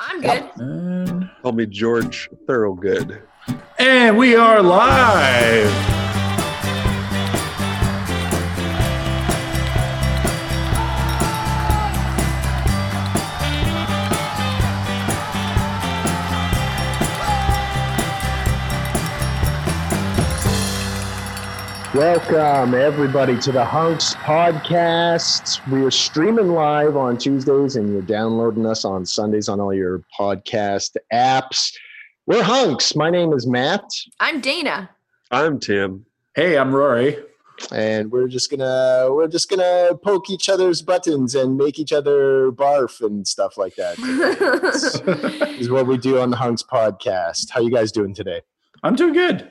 I'm good. and, Call me George Thorogood. and we are live. Welcome, everybody, to the Hunks Podcast. We are streaming live on Tuesdays, and you're downloading us on Sundays on all your podcast apps. We're Hunks. My name is Matt, I'm Dana. I'm Tim. Hey, I'm Rory. and we're just gonna we're just gonna poke each other's buttons and make each other barf and stuff like that. This is what we do on the Hunks Podcast. How you guys doing today? I'm doing good.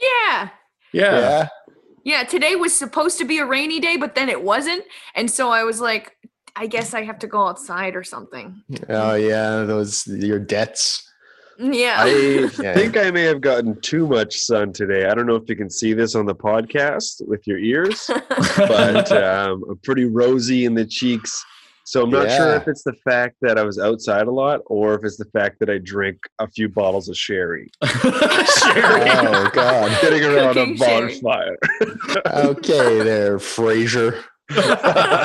Yeah. Yeah. Yeah. Today was supposed to be a rainy day, but then it wasn't. And so I was like, I guess I have to go outside or something. Oh yeah, those your debts. Yeah. I Yeah. think I may have gotten too much sun today. I don't know if you can see this on the podcast with your ears, but um, I'm pretty rosy in the cheeks. So I'm not sure Yeah. if it's the fact that I was outside a lot or if it's the fact that I drink a few bottles of sherry. Sherry. Oh god. Getting around a Cooking sherry. bonfire. Okay, there, Frasier.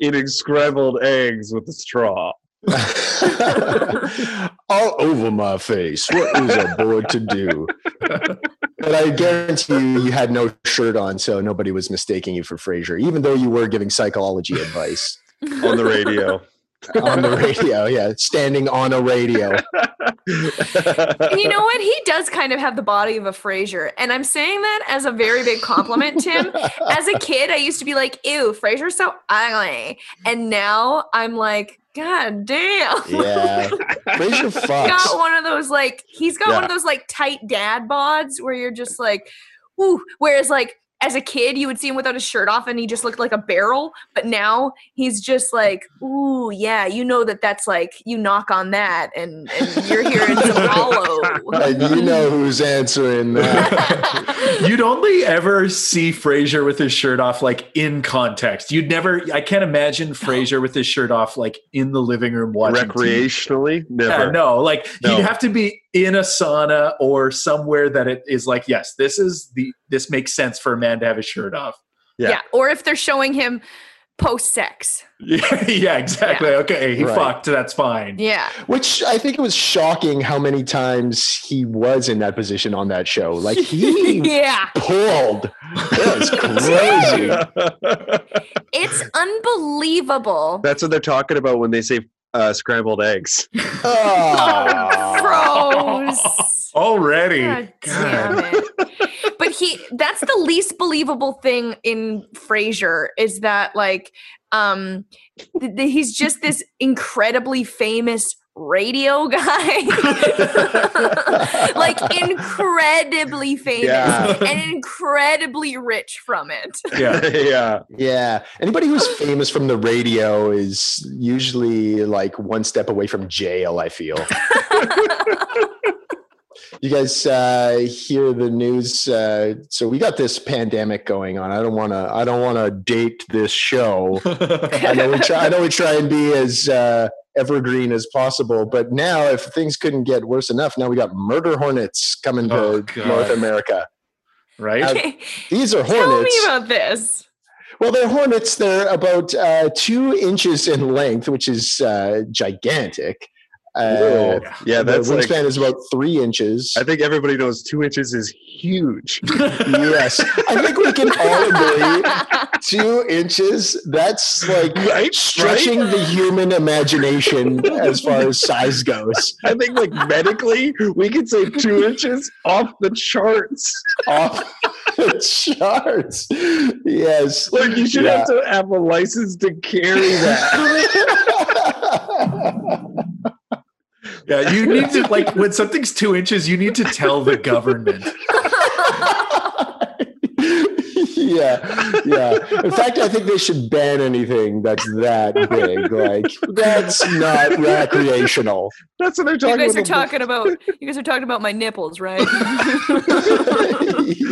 Eating scrambled eggs with a straw. all over my face. What is a boy to do? But I guarantee you, you had no shirt on, so nobody was mistaking you for Frasier, even though you were giving psychology advice on the radio. on the radio. Yeah, standing on a radio. And you know what? He does kind of have the body of a Frasier. And I'm saying that as a very big compliment, Tim. As a kid, I used to be like, ew, Frasier's so ugly. And now I'm like, God damn. Yeah, Frasier got fucks. one of those like he's got one of those like tight dad bods where you're just like, ooh. Whereas like as a kid, you would see him without his shirt off and he just looked like a barrel. But now he's just like, ooh, yeah, you know that that's like you knock on that and, and you're hearing some hollow. And you know who's answering that. You'd only ever see Frasier with his shirt off, like in context. You'd never. I can't imagine Frasier with his shirt off, like in the living room watching TV. Recreationally, never. Yeah, no, like No. you'd have to be in a sauna or somewhere that it is like, yes, this is the this makes sense for a man to have his shirt off. Yeah. yeah. Or if they're showing him post sex. yeah, yeah, exactly. Okay, he Right. fucked. That's fine. Yeah. Which I think it was shocking how many times he was in that position on that show. Like he Yeah. pulled. That was crazy. It's unbelievable. That's what they're talking about when they say uh, scrambled eggs. Oh, Gross. Already, God God. damn it. but he that's the least believable thing in Frasier is that like um th- th- he's just this incredibly famous radio guy like incredibly famous Yeah. and incredibly rich from it yeah, yeah. yeah. Anybody who's famous from the radio is usually like one step away from jail, I feel. you guys uh, hear the news uh, so we got this pandemic going on. I don't want to I don't want to date this show. I know we try I know we try and be as uh, evergreen as possible, but now if things couldn't get worse enough, now we got murder hornets coming to Oh, God. North America. right. These are hornets. tell me about this Well, they're hornets. They're about uh, two inches in length, which is uh, gigantic. Uh, Whoa. yeah, the that's like, wingspan is about three inches. I think everybody knows two inches is huge. yes, I think we can all agree two inches. That's like Right? stretching the human imagination as far as size goes I think like medically, we could say two inches off the charts. off the charts. Yes. Like you should have to have a license to carry that. Yeah, you need to like when something's two inches, you need to tell the government. yeah, yeah. In fact, I think they should ban anything that's that big. Like that's not recreational. That's what they're You talking guys are about. talking about you guys are talking about my nipples, right? yeah.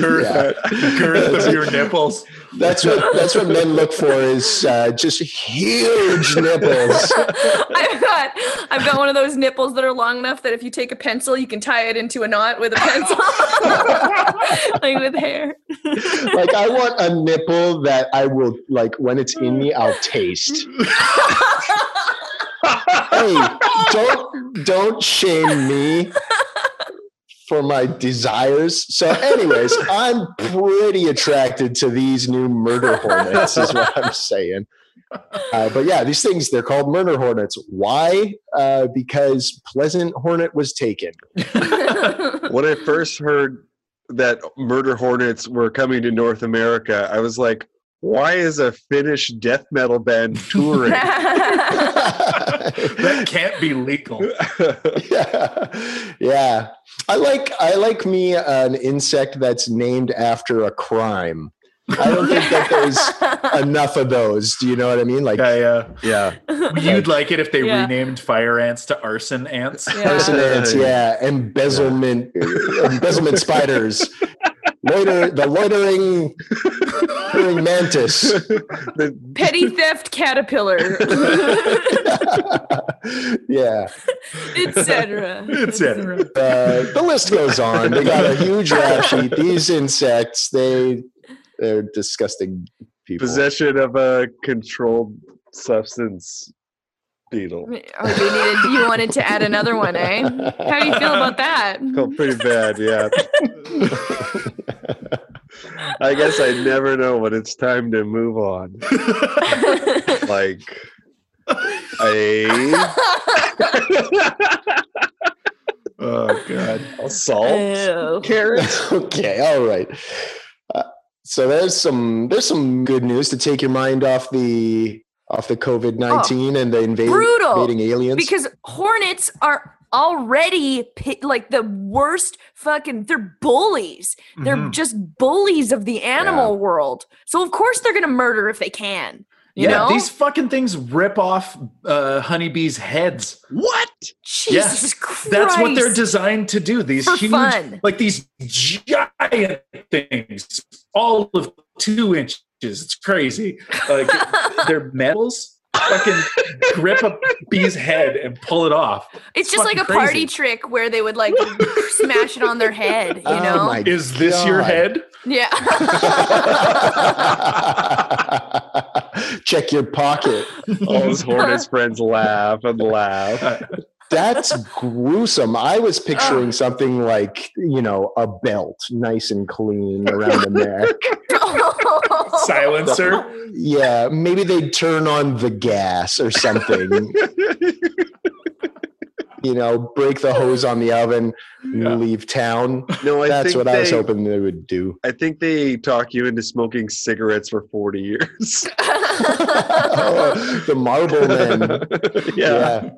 Perfect. Girth of your nipples. That's what that's what men look for is uh, just huge nipples. I've got I've got one of those nipples that are long enough that if you take a pencil, you can tie it into a knot with a pencil, like with hair. Like I want a nipple that I will like when it's in me, I'll taste. hey, don't don't shame me for my desires. So, anyways, I'm pretty attracted to these new murder hornets, is what I'm saying. Uh, but yeah, these things they're called murder hornets. Why? Uh, because Pleasant Hornet was taken. when I first heard that murder hornets were coming to North America, I was like, why is a Finnish death metal band touring? That can't be legal. yeah. yeah. I like I like me an insect that's named after a crime. I don't think that there's enough of those. Do you know what I mean? Like I, uh, yeah. you'd like it if they Yeah. renamed fire ants to arson ants. Yeah. Dissonance, yeah. Embezzlement embezzlement spiders. Loiter the loitering, loitering mantis. The- Petty theft caterpillar, yeah. etc. Etc. Uh, the list goes on. They got a huge rap sheet. These insects, they they're disgusting people. possession of a controlled substance beetle. Oh, we needed, you wanted to add another one, eh? How do you feel about that? Felt pretty bad, yeah. I guess I never know when it's time to move on. Like, I Oh god. salt okay, all right. Uh, so there's some there's some good news to take your mind off the off the COVID nineteen and the invading brutal. invading aliens. because hornets are already pi- like the worst fucking they're bullies they're Mhm. just bullies of the animal world so of course they're gonna murder if they can you yeah, know these fucking things rip off uh, honeybees' heads. What? jesus christ That's what they're designed to do. These For huge, fun. like these giant things, all of two inches. It's crazy. Like they're metals. Fucking grip a bee's head and pull it off. it's just like fucking a crazy. party trick where they would like smash it on their head you Oh know my Is this your God. head? yeah Check your pocket. All his Hornets friends laugh and laugh. That's gruesome. I was picturing something like, you know, a belt, nice and clean around the neck. Silencer. Yeah, maybe they'd turn on the gas or something. you know, break the hose on the oven, Yeah. leave town. No, I That's think what they, I was hoping they would do. I think they talk you into smoking cigarettes for 40 years. the marble men. yeah. Yeah.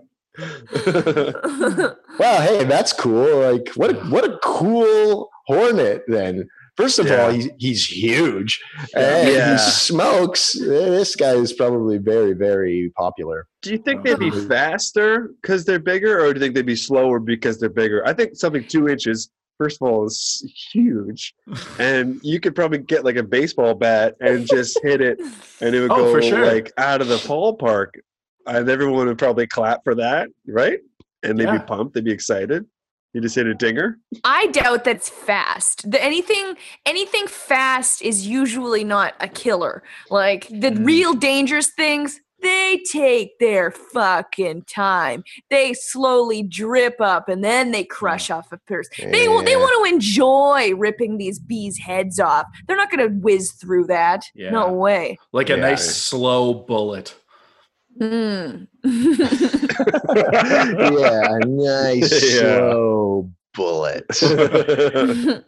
Well, hey, that's cool. Like, what a, what a cool hornet then. First of Yeah. all, he's, he's huge and Yeah. he smokes. Eh, This guy is probably very, very popular. Do you think they'd be faster because they're bigger, or do you think they'd be slower because they're bigger? I think something two inches, first of all, is huge, and you could probably get like a baseball bat and just hit it, and it would Oh, go for sure. like out of the ballpark, and everyone would probably clap for that, right? And they'd Yeah. be pumped, they'd be excited. You just hit a dinger. I doubt that's fast. The, anything anything fast is usually not a killer. Like the Hmm. real dangerous things, they take their fucking time. They slowly drip up and then they crush off a person. They wa- they Yeah. want to enjoy ripping these bees' heads off. They're not going to whiz through that. Yeah. No way. Like a Yeah. nice slow bullet. Mm. yeah, nice Yeah. slow bullet. yeah,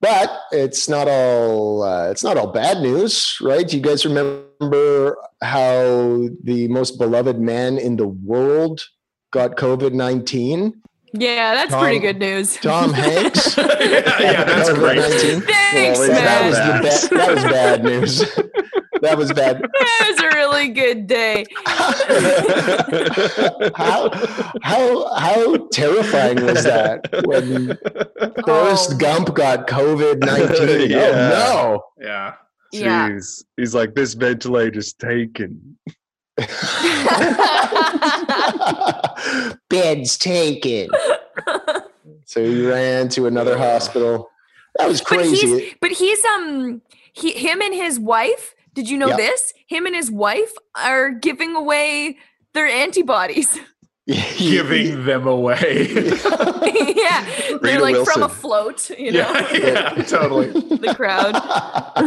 But it's not all uh, it's not all bad news, right? Do you guys remember how the most beloved man in the world got COVID nineteen? yeah, that's pretty Tom- good news. Tom Hanks. yeah, yeah, that's Got great. COVID-19. Thanks, Well, That was man. bad. the ba- that was bad news. that was bad. That was a really good day. how how how terrifying was that when Forrest Oh. Gump got COVID nineteen? Yeah. Oh Yeah. Yeah. Jeez. He's like, this ventilator's taken. no! Bed's taken. So he ran to another hospital. That was But crazy. he's but he's um he him and his wife. Did you know Yeah. this? Him and his wife are giving away their antibodies. Giving them away. yeah, they're Rita like from Wilson. a float, you know, yeah, yeah, totally. the crowd.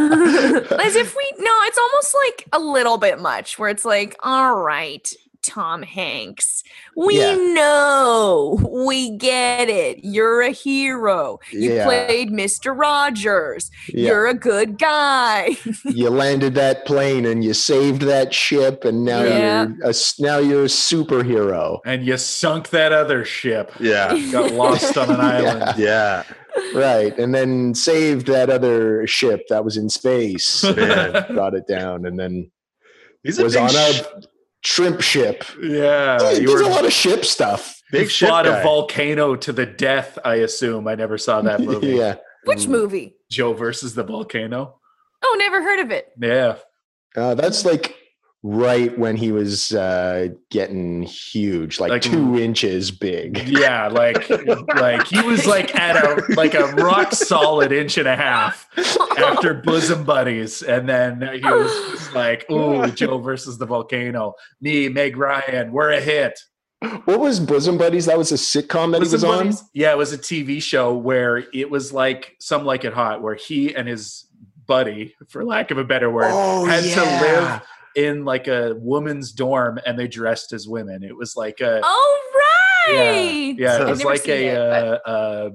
As if we no, it's almost like a little bit much. Where it's like, all right, Tom Hanks, we Yeah. know, we get it. You're a hero. You Yeah. played Mister Rogers. yeah. You're a good guy. you landed that plane and you saved that ship, and now Yeah. you're a, s- now you're a superhero, And you sunk that other ship. Yeah. Got lost on an island. Yeah. right? And then saved that other ship that was in space, Man. brought it down, and then He's a was big, on sh- a shrimp ship. Yeah. There's Uh, You a were lot of ship stuff. big ship fought guy. a volcano to the death, I assume. I never saw that movie. Yeah, Which movie? Joe versus the volcano. Oh, never heard of it. Yeah. uh, that's like right when he was uh, getting huge, like, Like- mm. two inches big. Yeah, like like he was like at a like a rock solid inch and a half after bosom buddies, and then he was just like, "Ooh, Joe versus the volcano, me, Meg Ryan, we're a hit." What was Bosom Buddies? That was a sitcom that he was Bosom on. Buddies? Yeah, it was a TV show where it was like some like it hot, where he and his buddy, for lack of a better word, Oh, had to yeah. live in like a woman's dorm, and they dressed as women. It was like a Oh, right. Yeah, I've it was never like seen a it, uh, but- uh,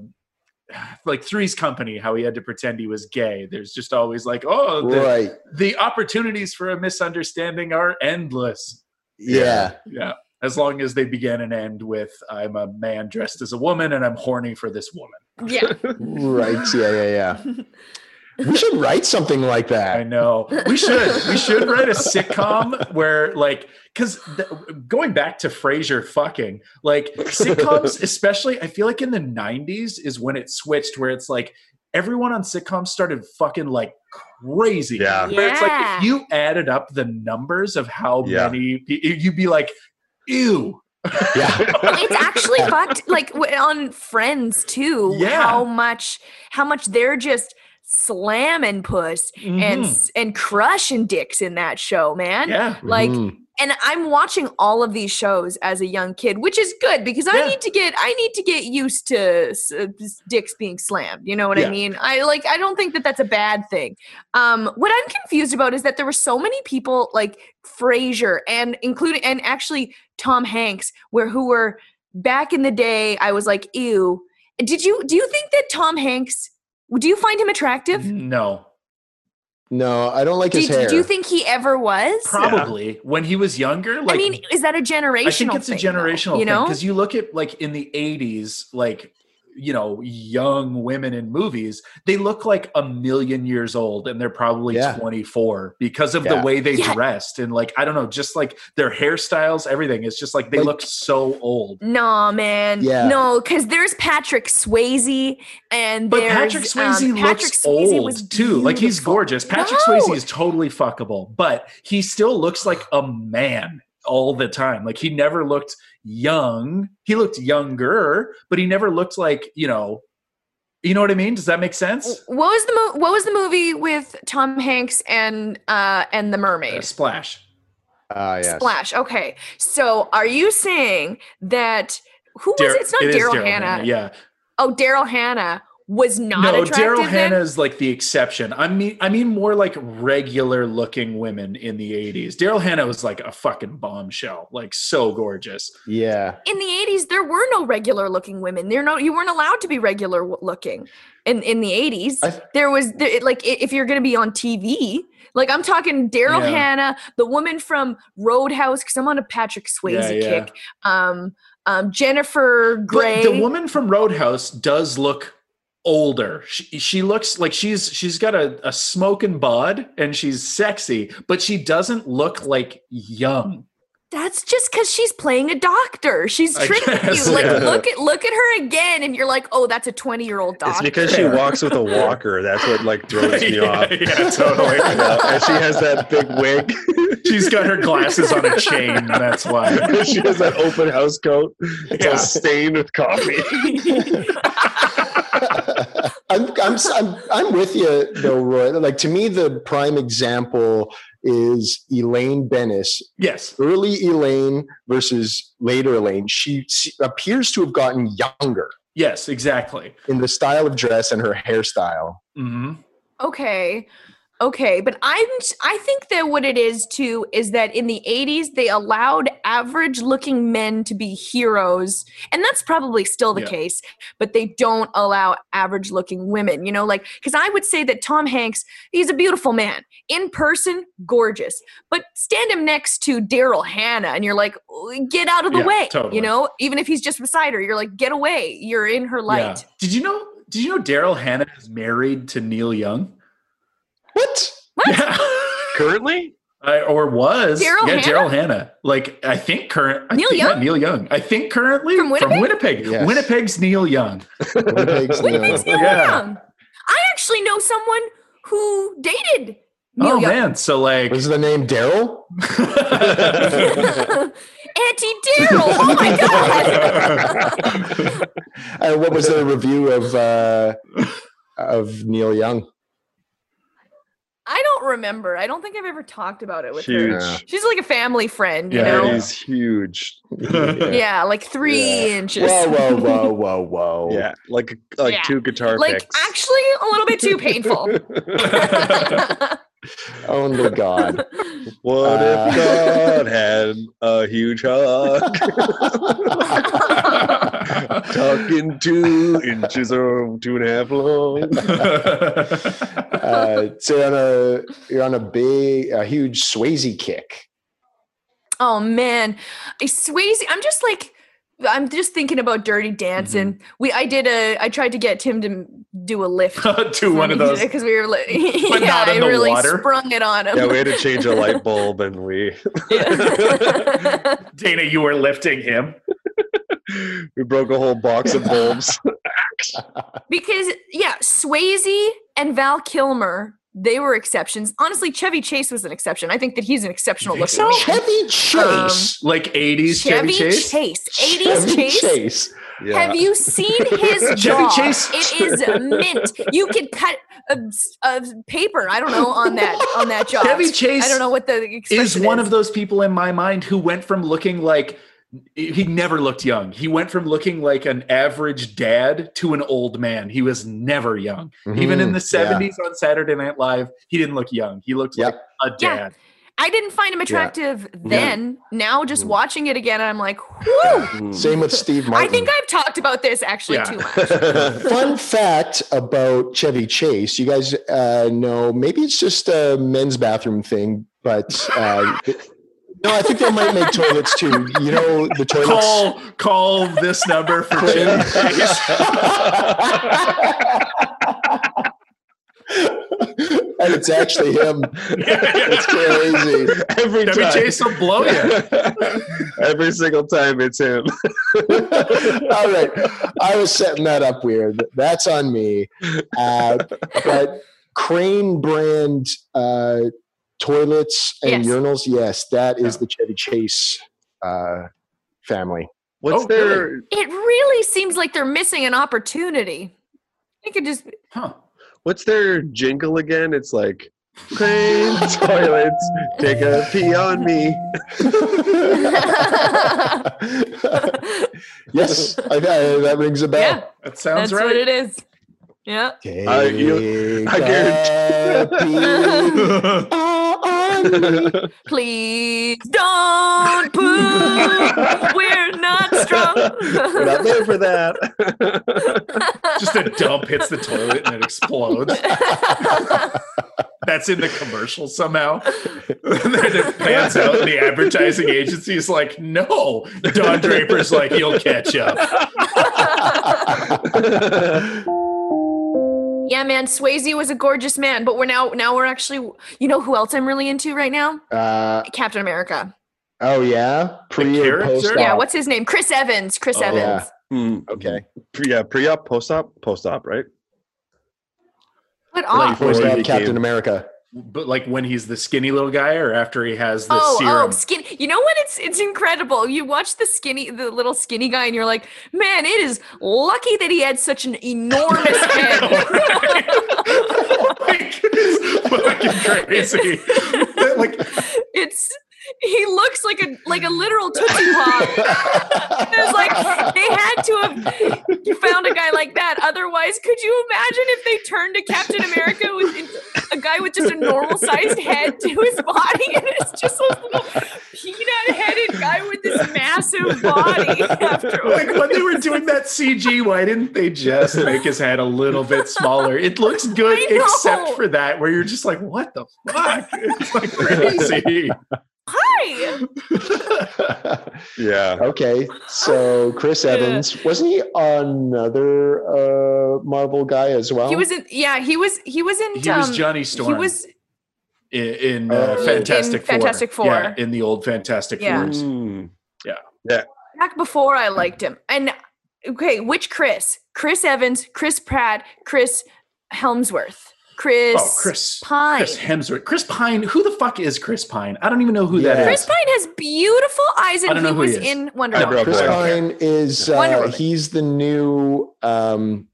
like Three's Company, how he had to pretend he was gay. There's just always like, oh, the, Right. the opportunities for a misunderstanding are endless. Yeah. Yeah, as long as they begin and end with, I'm a man dressed as a woman, and I'm horny for this woman. yeah. right. Yeah. Yeah. Yeah. We should write something like I that. know. We should. We should write a sitcom where, like, because th- going back to Frasier fucking, like, sitcoms, especially, I feel like in the 90s is when it switched, where it's like everyone on sitcoms started fucking like crazy. Yeah. Where it's like, Yeah. if you added up the numbers of how Yeah. many, pe- you'd be like, ew. Yeah. it's actually fucked like w- on friends too Yeah. how much how much they're just slamming puss Mhm. and s and crushing dicks in that show man yeah. like Mm. and i'm watching all of these shows as a young kid which is good because i Yeah. need to get i need to get used to s- uh, s- dicks being slammed you know what Yeah. i mean i like i don't think that that's a bad thing um what i'm confused about is that there were so many people like frasier and including and actually tom hanks where who were back in the day i was like ew did you do you think that tom hanks do you find him attractive No. No, I don't like his hair. did, do you think he ever was Probably when he was younger, like I mean, is that a generational? I think it's a thing, though, generational you know. because you look at like in the 80s like you know young women in movies they look like a million years old and they're probably Yeah. 24 because of Yeah. the way they Yeah. dressed and like I don't know just like their hairstyles everything it's just like they Like- look so old Nah, man. Yeah. No, because there's Patrick Swayze and but there's Patrick Swayze um, Patrick looks Swayze old was too. Like he's beautiful. gorgeous. Patrick No! Swayze is totally fuckable, but he still looks like a man. all the time. Like he never looked young. He looked younger, but he never looked like, you know, you know what I mean? Does that make sense? What was the mo- what was the movie with Tom Hanks and uh and the Uh, mermaid? splash. Ah, yes. Splash. Okay. So are you saying that who was Dar- it? It's not it is Daryl Hannah. Yeah. Oh, Daryl Hannah was not no, attractive Daryl then? Hannah is like the exception. I mean, I mean more like regular looking women in the 80s. Daryl Hannah was like a fucking bombshell, like so gorgeous. Yeah. in the 80s there were no regular looking women there no you weren't allowed to be regular w- looking in in the 80s I th- there was there, it, like i- if you're gonna be on tv like i'm talking daryl Yeah. hannah the woman from roadhouse because i'm on a patrick swayze Yeah, yeah. kick um um jennifer gray But the woman from Roadhouse does look older. She, she looks like she's she's got a, a smoking bod and she's sexy, but she doesn't look like young. that's just because she's playing a doctor she's I tricking guess, you like yeah. look at look at her again and you're like oh that's a 20 year old It's doctor because she walks with a walker. That's what like throws me off. yeah, yeah, totally. You know, and she has that big wig. She's got her glasses on a chain. That's why. she has that open house coat. It's Yeah. all stained with coffee. I'm, I'm, I'm, I'm with you though, Roy. Like to me, the prime example is Elaine Bennis, Yes. early Elaine versus later Elaine. She se- appears to have gotten younger Yes. Exactly. in the style of dress and her hairstyle. hmm Okay. Okay, but I'm I think that what it is too is that in the 80s they allowed average looking men to be heroes and that's probably still the Yeah. case, but they don't allow average looking women, you know, like cuz I would say that Tom Hanks, he's a beautiful man. In person, gorgeous. But stand him next to Daryl Hannah and you're like, "Get out of the Yeah, way." totally. You know, even if he's just beside her, you're like, "Get away. You're in her light." Yeah. Did you know? Did you know Daryl Hannah is married to Neil Young? What? Yeah. Currently? I, or was Daryl yeah Hannah? Daryl Hannah like I think current I Neil think- yeah, Young? Neil Young I think currently From Winnipeg? Winnipeg Yes. Winnipeg's Neil Young Winnipeg's Wait, new. makes Neil Yeah. Young. I actually know someone who dated Neil oh Young. man so like Was the name Daryl? Auntie Daryl. Oh my god. Uh, what was the review of uh, of Neil Young? I don't remember. I don't think I've ever talked about it with her. Huge. Yeah. She's like a family friend, you Yeah, know? yeah. He's huge. Yeah, like three inches. Whoa, whoa, whoa, whoa, whoa! Yeah. Like like Yeah. two guitar like picks. actually a little bit too painful. Only Oh God. what Uh. if God had a huge hug? Talking two inches or two and a half long. Uh, so you're on a you're on a big, a huge Swayze kick. Oh man, I Swayze. I'm just like, I'm just thinking about Dirty Dancing. Mm-hmm. We, I did a, I tried to get Tim to m- do a lift. to one of those because we were, like, yeah, But not in I the really water. sprung it on him. Yeah, we had to change a light bulb and we Dana you were lifting him we broke a whole box of bulbs. because yeah, Swayze and Val Kilmer. They were exceptions. Honestly, Chevy Chase was an exception. I think that he's an exceptional think looking. so? man. Chevy Chase. Um, like 80s Chevy, Chase, 80s Chevy Chase. Have you seen his Chevy jaw? Chase. It is mint. You could cut a, a paper. I don't know on that on that jaw. Chevy Chase I don't know what the is expression one of those people in my mind who went from looking like he never looked young. He went from looking like an average dad to an old man. He was never young. Even in the Mhm, yeah. 70s on Saturday Night Live, he didn't look young. He looked Yep. like a Yeah. dad. I didn't find him attractive then. Now Mm. just watching it again, I'm like, whoo. Same with Steve I Martin. think I've talked about this actually Yeah. too much. Fun fact about Chevy Chase, you guys uh, know maybe it's just a men's bathroom thing, but uh, no, I think they might make toilets too. You know the toilets. Call call this number for Jim. and it's actually him. It's crazy. Every Chevy time. Chase will blow you. Every single time it's him. Um, All right. I was setting that up weird. That's on me. Uh, but Crane brand uh, toilets and Yes. urinals. Yes, that is Yeah. the Chevy Chase uh, family. What's Oh, their? It really seems like they're missing an opportunity. They could just Huh. What's their jingle again? It's like clean toilets, take a pee on me. yes, I, I, that rings a bell. yeah, That sounds that's right. what it is. Yeah. Take I- you- I a peek on me. Please don't poo. We're We're not not strong. there for that. Just a dump hits the toilet and it explodes. That's in the commercial somehow. and then it pans out, and the advertising agency is like, "No." Don Draper's like, "You'll catch up." yeah, man, Swayze was a gorgeous man, but we're now now we're actually you know who else I'm really into right now? Uh, Captain America. oh yeah, pre or character? post? Yeah, what's his name? Chris Evans. Chris Oh, Evans. yeah. Hmm. okay? Pre- Yeah, pre-op, post-op, post-op, right? What off? Before Post he op became- Captain America. But like when he's the skinny little guy, or after he has the Oh, serum. oh, skinny. You know what? It's it's incredible. You watch the skinny, the little skinny guy, and you're like, man, it is lucky that he had such an enormous head. like, it's fucking crazy. That, like it's he looks like a like a literal tootsie pop. It was like they had to have found a guy like that. Otherwise, could you imagine if they turned to Captain America with in- a guy with just a normal sized head to his body, and it's just this little peanut headed guy with this massive body? Afterwards, like when they were doing that CG, why didn't they just make his head a little bit smaller? It looks good I know. except for that, where you're just like, what the fuck? It's like crazy. hi. Yeah. Okay, so Chris Yeah. Evans wasn't he another uh, Marvel guy as well? He was in. Yeah, he was. He was in. he was um, Johnny Storm He was. i- in, uh, Oh. Fantastic In Four. Fantastic Four. Yeah, in the old Fantastic Yeah. Fours. Hmm. Mm. back before I liked him. And okay, which Chris? Chris Evans, Chris Pratt, Chris Helmsworth, Chris, Oh, Chris. Pine. Chris Chris, Hemsworth. Chris Pine. Who the fuck is Chris Pine? I don't even know who Yeah. that Chris is. Pine has beautiful eyes, I and don't he know who was he is. in Wonder Eyebrow Woman. Chris Boy. Pine is Wonder uh, Woman. he's the new um,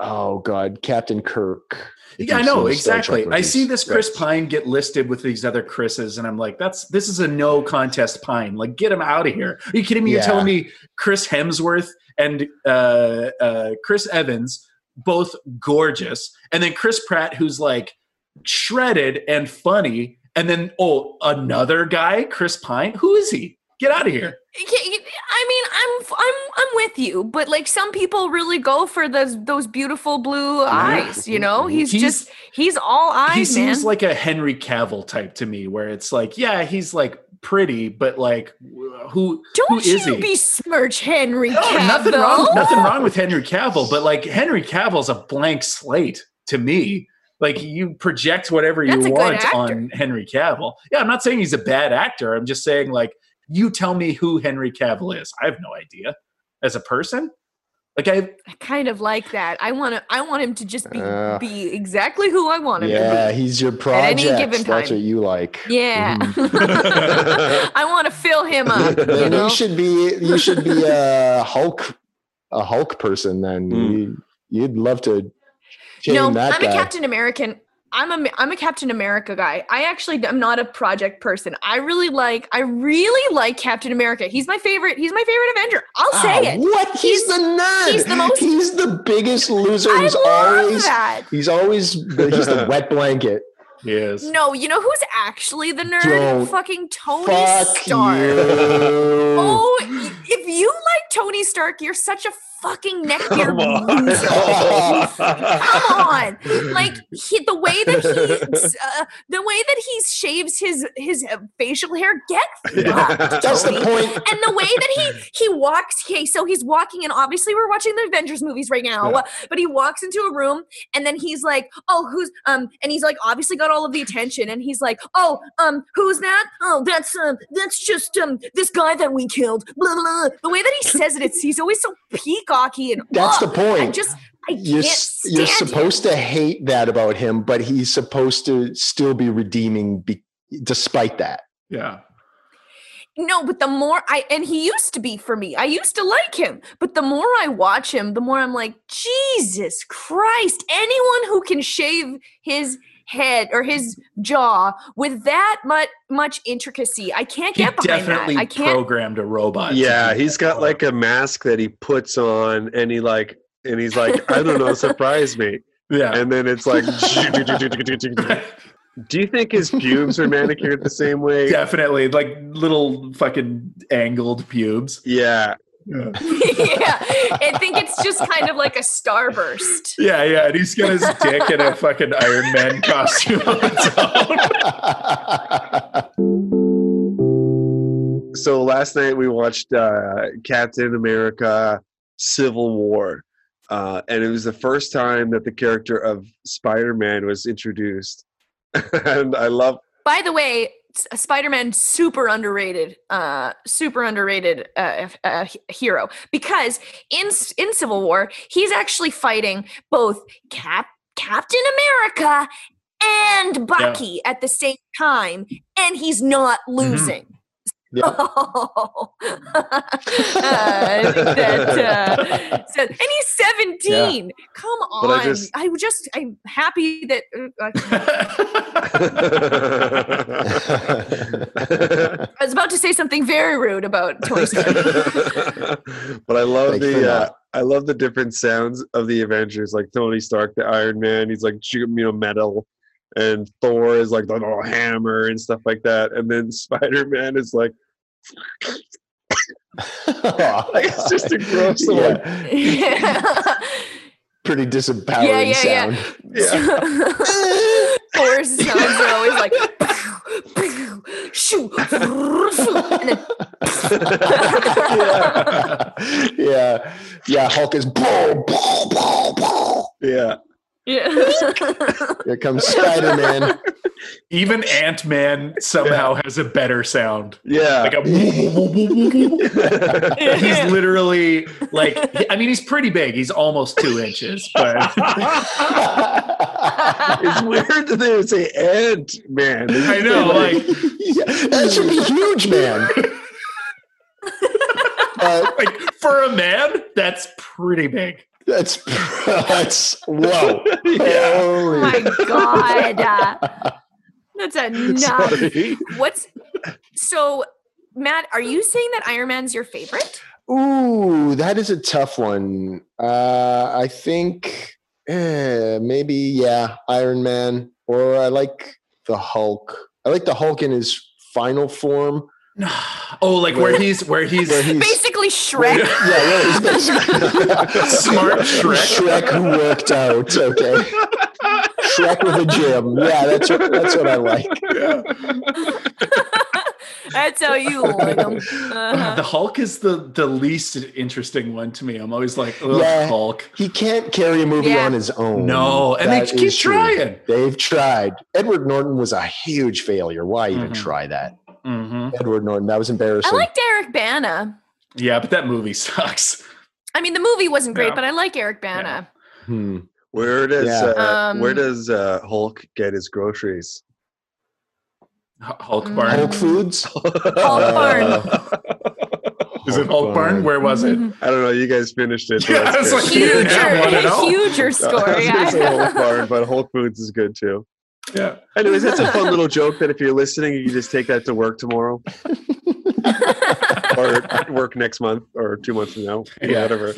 oh god Captain Kirk. Yeah, I know From Star Trek exactly. I see movies. this Chris Pine get listed with these other Chris's, and I'm like, "That's this is a no contest Pine. Like, get him out of here." Are you kidding me? You're Yeah. telling me Chris Hemsworth and uh, uh, Chris Evans, both gorgeous, and then Chris Pratt, who's like shredded and funny, and then oh, another guy, Chris Pine. Who is he? Get out of here. Okay, I mean, I'm I'm I'm with you, but like some people really go for those those beautiful blue eyes. You know, he's, He's- just he's all eyes, he seems man. like a Henry Cavill type to me, where it's like, yeah, he's like pretty, but like, wh- who? Don't who is you he? besmirch Henry No, Cavill? nothing wrong. Nothing wrong with Henry Cavill, but like Henry Cavill's a blank slate to me. Like you project whatever That's a you good want actor. on Henry Cavill. Yeah, I'm not saying he's a bad actor. I'm just saying like you tell me who Henry Cavill is. I have no idea as a person. Like I I kind of like that. I want to. I want him to just be Yeah. be exactly who I want him Uh, Yeah, to he's your At project. any given That's time. what you like. be. Yeah. I want to fill him up. Then You you, know? Mm-hmm. should be you should be a Hulk a Hulk person then. Hmm. You, you'd love to chain No, that I'm guy. a Captain American. I'm a I'm a Captain America guy. I actually am not a project person. I really like I really like Captain America. He's my favorite. He's my favorite Avenger. I'll Ah, say it. What? He's, the nerd. he's the most- He's the biggest loser. I He's love always that. he's always he's the wet blanket. yes. No, you know who's actually the nerd? Don't. Fucking Tony Fuck Stark. you. Oh, y- if you like Tony Stark, you're such a fucking neckbeard Come on. loser. Come on, like he, the way that he, uh, the way that he shaves his his uh, facial hair. Get fucked. That's the Tony. point. And the way that he he walks, okay, so he's walking, and obviously we're watching the Avengers movies right now. But he walks into a room, and then he's like, "Oh, who's um?" And he's like, obviously got all of the attention, and he's like, "Oh, um, who's that? Oh, that's um, that's just um, this guy that we killed." Blah blah. blah. The way that he says it, it's he's always so peacocky and That's the ugh, I point. just I you're, can't s- you're stand supposed him. to hate that about him, but he's supposed to still be redeeming be, despite that. Yeah. No, but the more I and he used to be for me. I used to like him, but the more I watch him, the more I'm like, Jesus Christ! Anyone who can shave his head or his jaw with that much much intricacy, I can't He get behind that. definitely I can't. programmed a robot. to yeah, do he's that. got like a mask that he puts on, and he like, and he's like, I don't know, surprise me. yeah. And then it's like, do you think his pubes are manicured the same way? definitely like little fucking angled pubes. Yeah, Yeah. yeah, I think it's just kind of like a starburst. Yeah, yeah, and he's got his dick in a fucking Iron Man costume on top. so last night we watched uh, Captain America: Civil War, uh, and it was the first time that the character of Spider-Man was introduced. and I love By the way, S- uh, Spider-Man super underrated, uh, super underrated uh, f- uh, he- hero because in S- in Civil War he's actually fighting both Cap Captain America and Bucky at the same time, and he's not Mm-hmm. losing. Yeah. Uh, I think that, uh, so- and he's 17. Come But I on. I just- just, I am happy that uh, I was about to say something very rude about Toy Story. but I love Thanks for the uh, that. I love the different sounds of the Avengers, like Tony Stark, the Iron Man. He's like shoot you know metal, and Thor is like the little hammer and stuff like that. And then Spider Man is like it's just a gross Yeah, little yeah, pretty disempowering yeah, yeah. sound. yeah. Force sounds are always like pew, pew, shoo, and then Yeah. yeah. Hulk is boom, boom, boom, boom. yeah. yeah. Here comes Spider Man. Even Ant Man somehow has a better sound. Yeah. Like a, he's literally like, I mean, he's pretty big. He's almost two inches, but it's weird that they would say Ant Man. I know, like, that should be huge, man. Uh, like for a man, that's pretty big. that's that's whoa. Oh Holy- my god. Uh, That's enough. Sorry. What's so Matt, are you saying that Iron Man's your favorite? Ooh, that is a tough one. Uh, I think eh, maybe yeah, Iron Man, or I like the Hulk. I like the Hulk in his final form. Oh, like where he's where he's Where he's Basically Shrek. yeah, yeah, he's basically- Smart Shrek. Shrek who worked out. Okay, Shrek with a gym. Yeah, that's what, that's what I like. That's how you like them. uh-huh. the Hulk is the the least interesting one to me. I'm always like, oh, Yeah. Hulk. He can't carry a movie Yeah. on his own. No, and they That keep is true. trying. They've tried. Edward Norton was a huge failure. Why even Mm-hmm. Mhm. try that? hmm Edward Norton, that was I embarrassing. like Eric Bana. Yeah, but that movie sucks. I mean, the movie wasn't great, Yeah. but I like Eric Bana. Hmm. Where does Yeah. uh, where Um, does uh, Hulk get his groceries? H- Hulk Mm. Barn. Hulk Foods. Hulk Uh, Barn. Is it Hulk Barn? Where was it? I don't know. You guys finished it. so Yeah, that's I was good. like, you didn't have one at Huger, all. huger I score. was gonna say Hulk Yeah. Barn, but Hulk Foods is good too. Yeah. Anyways, that's a fun little joke that if you're listening, you can just take that to work tomorrow, or work next month, or two months from now. Yeah, Yeah. whatever,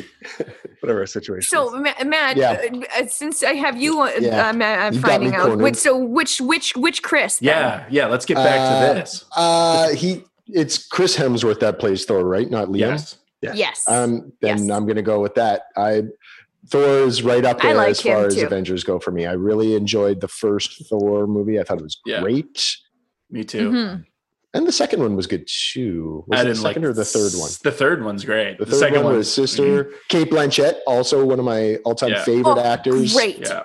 whatever situation. So, Ma- Matt, Yeah. uh, uh, since I have you, uh, Yeah. uh, Ma- uh, You got finding me out. cornered. Which, so, which, which, which Chris? then? Yeah. Yeah. Let's get back Uh, to this. Uh, he. It's Chris Hemsworth that plays Thor, right? Not Liam. Yes. Yeah. Yes. Um, then Yes. I'm going to go with that. I Thor is right up I there like as far him, as too. Avengers go for me. I really enjoyed the first Thor movie. I thought it was Yeah. great, Me too. Mhm. and the second one was good too. Was I it didn't the like second or the third one? s- The third one's great. The third one, was Sister Kate Blanchett, also one of my all-time mm-hmm. Yeah. favorite Oh, actors. Great. Yeah.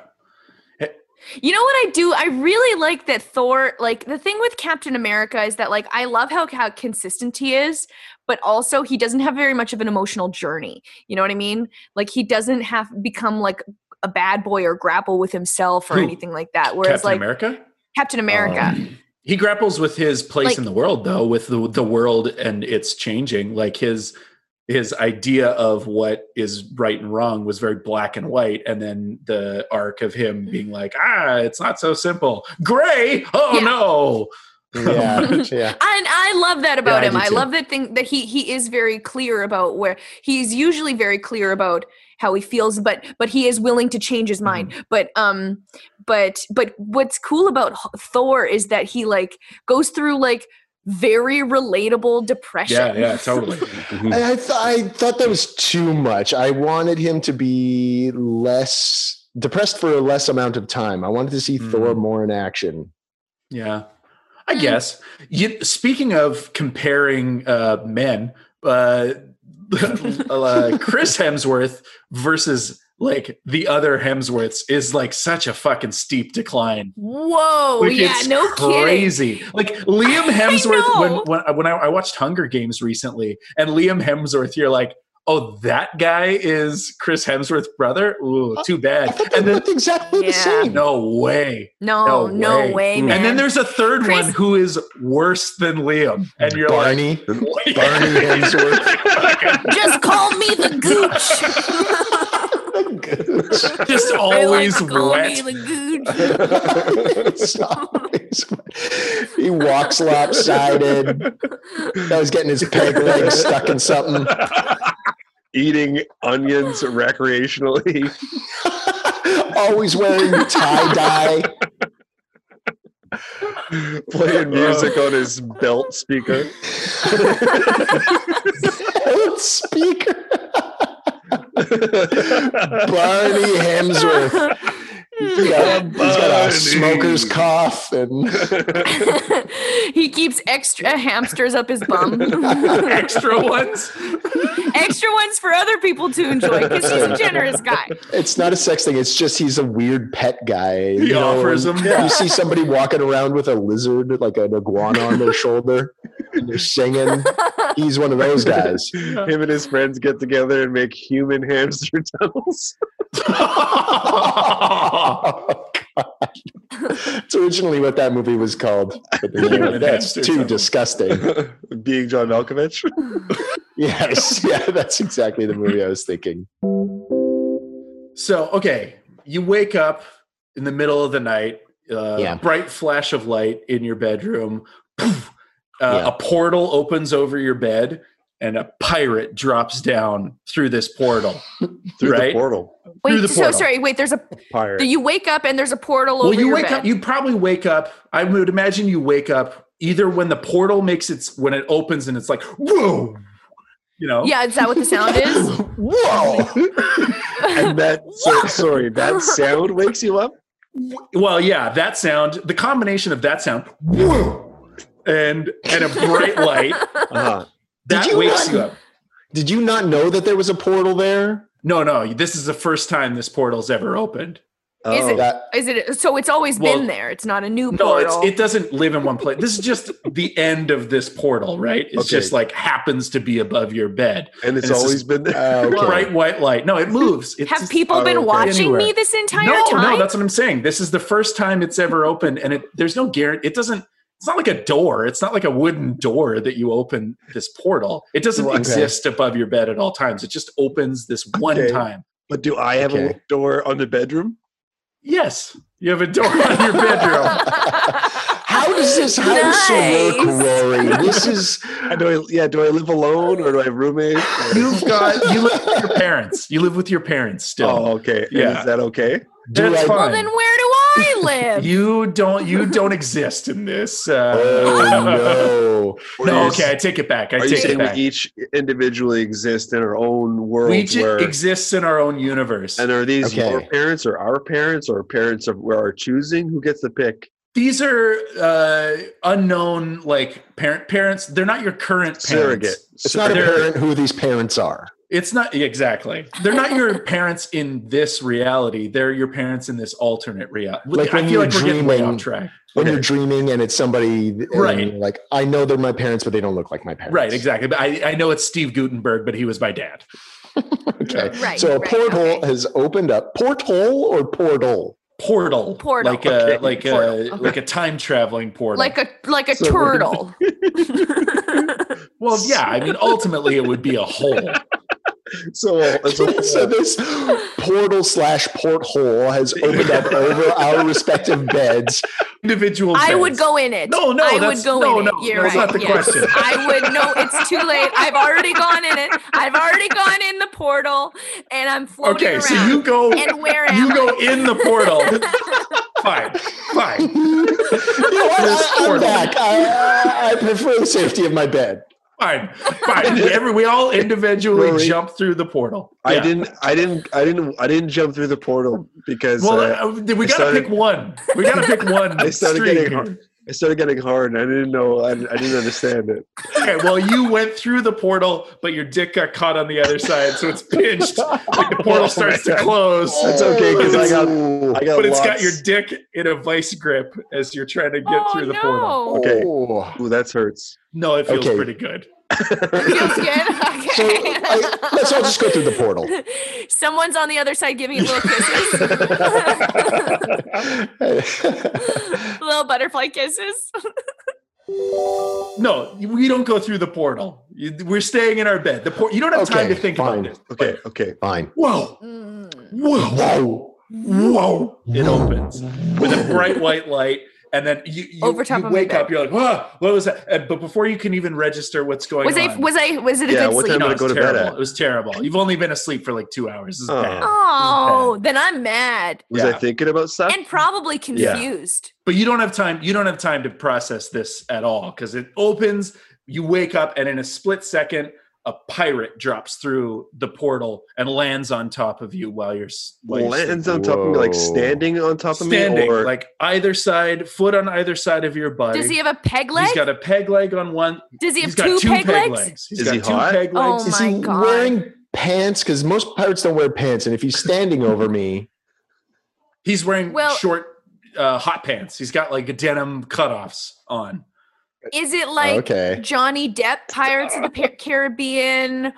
You know what I do? I really like that Thor, like the thing with Captain America is that like I love how how consistent he is, but also he doesn't have very much of an emotional journey. You know what I mean? Like he doesn't have become like a bad boy or grapple with himself or Who? anything like that. Whereas Captain Oh. like America. Captain America. Um, He grapples with his place Like- in the world, though, with the the world and its changing. Like his his idea of what is right and wrong was very black and white, and then the arc of him being like, ah, it's not so simple. Gray. Oh Yeah. no. Yeah, yeah. And I love that about I him. do I too. love that thing that he he is very clear about where he's usually very clear about how he feels, but but he is willing to change his mind. Mm-hmm. But um, but but what's cool about H- Thor is that he like goes through like very relatable depression. Yeah, yeah, totally. I, I, th- I thought that was too much. I wanted him to be less depressed for a less amount of time. I wanted to see Mm. Thor more in action. Yeah, I Mm. guess. You, speaking of comparing uh, men, uh, uh, Chris Hemsworth versus like the other Hemsworths is like such a fucking steep decline. Whoa! Like, Oh, yeah, it's no kidding. crazy. Like Liam Hemsworth. When know. when, I- when I, I watched Hunger Games recently, and Liam Hemsworth, you're like, oh, that guy is Chris Hemsworth's brother. Oh, Ooh, too I bad. thought they And then looked exactly Yeah. the same. no way. No, Oh, no way, man. And then there's a third Chris- one who is worse than Liam, and you're like, Barney, Barney Hemsworth. just call me the gooch. just They, like, always call wet. me the gooch. It's always- he walks lopsided. That was getting his peg leg stuck in something. Eating onions recreationally. always wearing tie dye. Oh. playing music on his belt speaker. speaker. Barney Hemsworth. He's got, he's got a Barney. smoker's cough and he keeps extra hamsters up his bum. Extra ones. extra ones for other people to enjoy because he's a generous guy. it's not a sex thing. It's just he's a weird pet guy. He offers and him- You see somebody walking around with a lizard, like an iguana on their shoulder, and they're singing. He's one of those guys. Him and his friends get together and make human hamster tunnels. Oh, God. It's originally what that movie was called. But they Human went, that's hamster too tunnel." disgusting. Being John Malkovich. Yes. Yeah, that's exactly the movie I was thinking. So, okay, you wake up in the middle of the night, uh, Yeah. bright flash of light in your bedroom. Poof. uh, Yeah. A portal opens over your bed, and a pirate drops down through this portal. Through Right. the portal. Through the Wait, so portal. sorry. Wait, there's a. Pirate. You wake up and there's a portal well, over you your wake bed. up. You probably wake up. I would imagine you wake up either when the portal makes its when it opens and it's like whoa, you know. yeah, is that what the sound is? Whoa! and that so, sorry, that sound wakes you up? Well, yeah, that sound. The combination of that sound whoa, and and a bright light Uh-huh. that you wakes not- you up. Did you not know that there was a portal there? No, no. This is the first time this portal's ever opened. Is it- Oh, That Is it? So it's always Well, been there. It's not a new No, portal. it's, it doesn't live in one place. This is just the end of this portal, right? It's Okay. just like happens to be above your bed. and it's and it's always just- been there. uh, okay. Bright white light. No, it moves. It's Have just- people oh, been okay. watching me Anywhere. this entire no, time? no. That's what I'm saying. This is the first time it's ever opened, and it there's no guarantee. It doesn't. It's not like a door. It's not like a wooden door that you open this portal. It doesn't Okay. exist above your bed at all times. It just opens this one Okay. time. But do I have Okay. a little door on the bedroom? Yes, you have a door on your bedroom. How does this house work, Nice. Rory? This is And do I, yeah, do I live alone or do I have roommates? Or- You've got you live with your parents. You live with your parents still. oh, okay. And Yeah. Is that okay? do That's I- fine. well, then where do I live? You don't you don't exist in this. Uh, Oh Or no, you- okay, I take it back. I Are you take it saying back. we each individually exist in our own world? We each where, exists in our own universe. and are these Okay. your parents or our parents or parents of where our choosing? Who gets the pick? These are uh, unknown, like parent parents. They're not your current parents. Surrogate. It's not They're- apparent who these parents are. It's not exactly. They're not your parents in this reality. They're your parents in this alternate reality. Like I when feel you're like we're getting way dreaming- off track. When you're dreaming and it's somebody, and Right. you're Like I know they're my parents, but they don't look like my parents. Right, exactly. But I, I know it's Steve Gutenberg, but he was my dad. Okay. Right, so a right, porthole okay. has opened up. Porthole or portal? Portal, Portal. like a Okay. like a Portal. Okay. like a time traveling portal. like a like a So- turtle. well, yeah. I mean, ultimately, it would be a hole. So, uh, so, so this portal slash porthole has opened up over our respective beds. Individual. I would beds. go in it. No, no, I that's- would go no, in no, it. You're that's right. not the yes. question. I would no, it's too late. I've already gone in it. I've already gone in the portal and I'm floating Okay, around. so you go and where am you I? go in the portal. fine, fine, You know what? This I, am portal. back. I, I prefer the safety of my bed. fine, fine. We, every, we all individually Rory. jump through the portal. I Yeah. didn't, I didn't, I didn't, I didn't jump through the portal because Well, uh, uh, we I gotta started- pick one. We gotta pick one. I started stream getting here. hard. I started getting hard. And I didn't know. I, I didn't understand it. Okay, well, you went through the portal, but your dick got caught on the other side, so it's pinched. Like the portal Oh starts my to God. Oh, close, That's okay because I got, Ooh. I got. but it's got lots. your dick in a vice grip as you're trying to get oh, through the no. portal. Okay. Oh. Ooh, that hurts. No, it feels Okay. pretty good. Feels good? Okay. So I, let's all just go through the portal. Someone's on the other side giving you little kisses. little butterfly kisses. No, we don't go through the portal. You- We're staying in our bed. The por- you don't have time Okay, to think fine. about this. Okay, okay. Fine. Whoa, Mm. whoa, Whoa. whoa! It opens with a bright white light, and then you, you, Over top you of my wake bed. up. You're like, "Whoa, what was that?" And- but before you can even register what's going Was on, I was I was it a Yeah, good what sleep? time No, I'm gonna it's go to bed terrible. at. It was terrible. You've only been asleep for like two hours. This is Oh. bad. Oh, then I'm mad Was Yeah. I thinking about stuff? and probably confused. But you don't have time. You don't have time to process this at all because it opens. You wake up, and in a split second, a pirate drops through the portal and lands on top of you while you're s- while you're sleeping. Lands on top of me, like Whoa. standing on top of standing, me, or like either side, foot on either side of your body. Does he have a peg leg? He's got a peg leg on one. Does he He's have got two, peg, legs? He's Is got he two hot? peg Oh legs. Is my he God. wearing pants? Because most pirates don't wear pants. And if he's standing over me, He's wearing Well- short, uh, hot pants. He's got like denim cutoffs on. Is it like okay. Johnny Depp Pirates of the Par- Caribbean?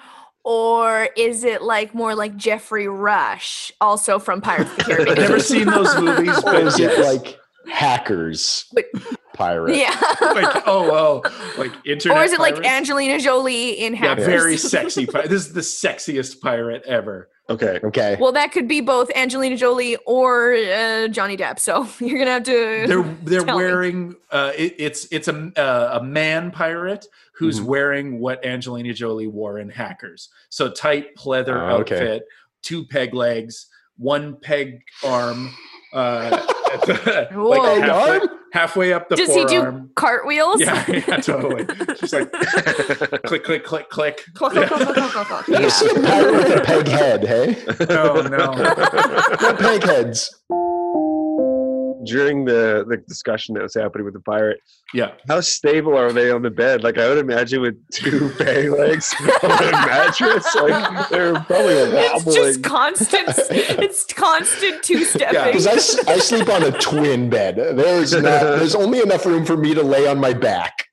Or is it like more like Jeffrey Rush, also from Pirates of the Caribbean? I've never seen those movies, Or is but it yes. like hackers Wait. pirate? Yeah. like oh oh like internet or is it like pirates? Angelina Jolie in yeah Hackers? very sexy pi- this is the sexiest pirate ever okay. Okay. Well, that could be both Angelina Jolie or uh, Johnny Depp. So you're gonna have to. they're they're Tell me. wearing uh it, it's it's a uh, a man pirate who's Mm-hmm. Mhm. wearing what Angelina Jolie wore in Hackers so tight pleather Ah, Oh, okay. outfit two peg legs one peg arm uh at the- like Whoa. Peg halfway, arm? halfway up the Does he do forearm cartwheels? yeah, yeah totally just like click click click click Cluck, cluck, cluck, cluck, cluck, cluck. Never Yeah. see a pirate with a peg head, hey? no no No peg heads. During the the discussion that was happening with the pirate, yeah how stable are they on the bed? Like I would imagine with two peg legs on a mattress, like they're probably It's just wobbling. constant. It's constant two stepping. Because I, s- I sleep on a twin bed. There's not, there's only enough room for me to lay on my back.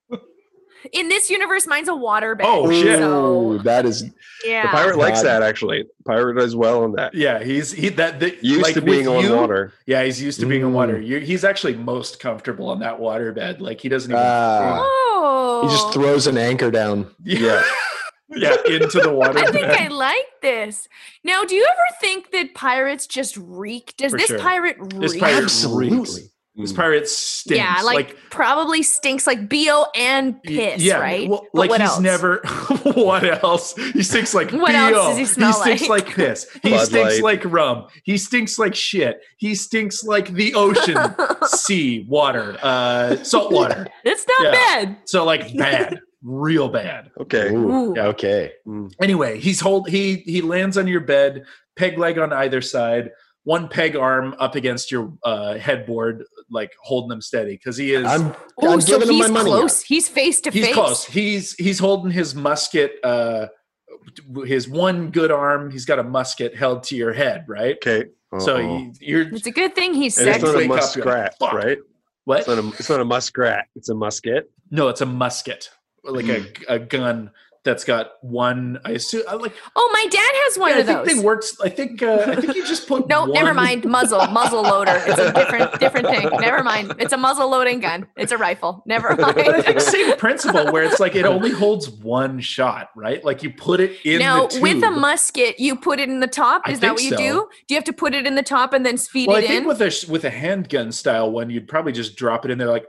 In this universe, mine's a water bed. Oh, shit. Ooh, So, that is yeah. The pirate likes God. that actually. Pirate does well on that. yeah he's he that the, Used like to with being on you, water. Yeah, he's used to being in water. Mm. you he's actually most comfortable on that water bed. Like he doesn't even. Ah. oh. he just throws an anchor down. yeah, yeah, into the water. I think bed. I like this. Now, do you ever think that pirates just reek? Does For this sure. pirate reek? this pirate Absolutely. reeks. This Mm. pirate stinks. Yeah, like, probably stinks like bo and y- piss, right? Well, But like what he's else? never. what else? He stinks like What else does he BO. smell stinks like? like piss. He Bud stinks Light. like rum. He stinks like shit. He stinks like the ocean, sea, water, uh, salt water. It's not Yeah. bad. So like bad, real bad. Okay. Ooh, Ooh. Okay. anyway he's hold he he lands on your bed peg leg on either side one peg arm up against your uh, headboard like holding them steady because he is I'm, Oh, I'm so giving him my he's money. now. close. He's face to he's face. close he's he's holding his musket uh his one good arm, he's got a musket held to your head, right? Okay. So Uh-oh. you, you're It's a good thing he's and it's sexy. not a Wake up, you're muskrat, like, fuck. right? what? It's not, a, it's not a muskrat. It's a musket. no, it's a musket, like a, a gun that's got one. I assume, I like. oh, my dad has one yeah, I of think those. they worked. I think. Uh, I think you just put. no, never one- mind. Muzzle, muzzle loader. It's a different, different thing. Never mind. It's a muzzle loading gun. It's a rifle. Never But I think mind. same principle where it's like it only holds one shot, right? Like you put it in. now, the with a tube. musket, you put it in the top. I Is that think what you so. do? Do you have to put it in the top and then feed Well, I it think in? with a sh- with a handgun style one, you'd probably just drop it in there, like,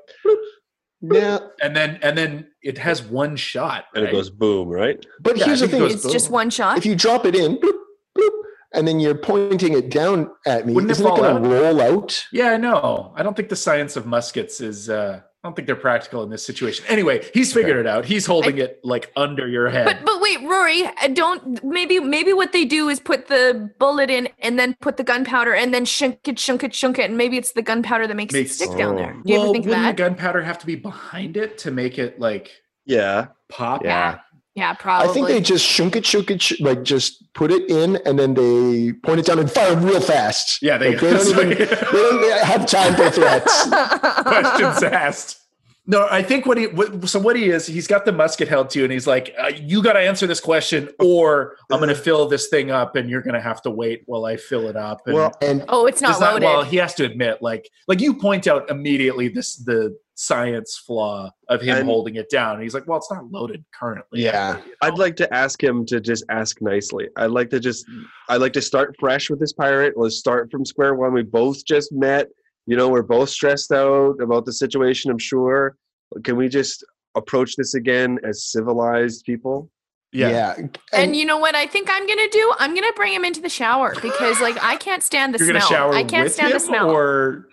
Yeah, and then and then it has one shot, And it right? goes boom, right? but Yeah, I here's the think it thing: goes- it's just one shot. if you drop it in, bloop, bloop, and then you're pointing it down at me, Wouldn't it isn't it, fall going to roll out? Yeah, I know. I don't think the science of muskets is. uh I don't think they're practical in this situation. Anyway, he's figured it out. He's holding it like under your head. But but wait, Rory, I don't maybe maybe what they do is put the bullet in and then put the gunpowder and then shunk it, shunk it, shunk it, and maybe it's the gunpowder that makes, Makes- it stick down there. Oh. Do you well, ever think of wouldn't that? the gunpowder have to be behind it to make it like Yeah. pop? yeah. Yeah, probably. I think they just shunk it, shunk it, sh- like just put it in, and then they point it down and fire real fast. Yeah, they, Like, they don't even- They don't have time for threats. questions asked. No, I think what he what, so what he is, he's got the musket held to you, and he's like, uh, "You got to answer this question, or I'm going to fill this thing up, and you're going to have to wait while I fill it up." And Well, And Oh, it's not It's not- loaded. well, he has to admit, like, like you point out immediately this the science flaw of him And- holding it down. And he's like, "Well, it's not loaded currently." yeah, I'd like to ask him to just ask nicely. I'd like to just, I'd like to start fresh with this pirate. Let's start from square one. We both just met. You know, we're both stressed out about the situation, I'm sure. Can we just approach this again as civilized people? yeah, yeah. and you know what I think I'm gonna do? I'm gonna bring him into the shower because like I can't stand the You're going to smell. shower I can't with stand him, the smell. or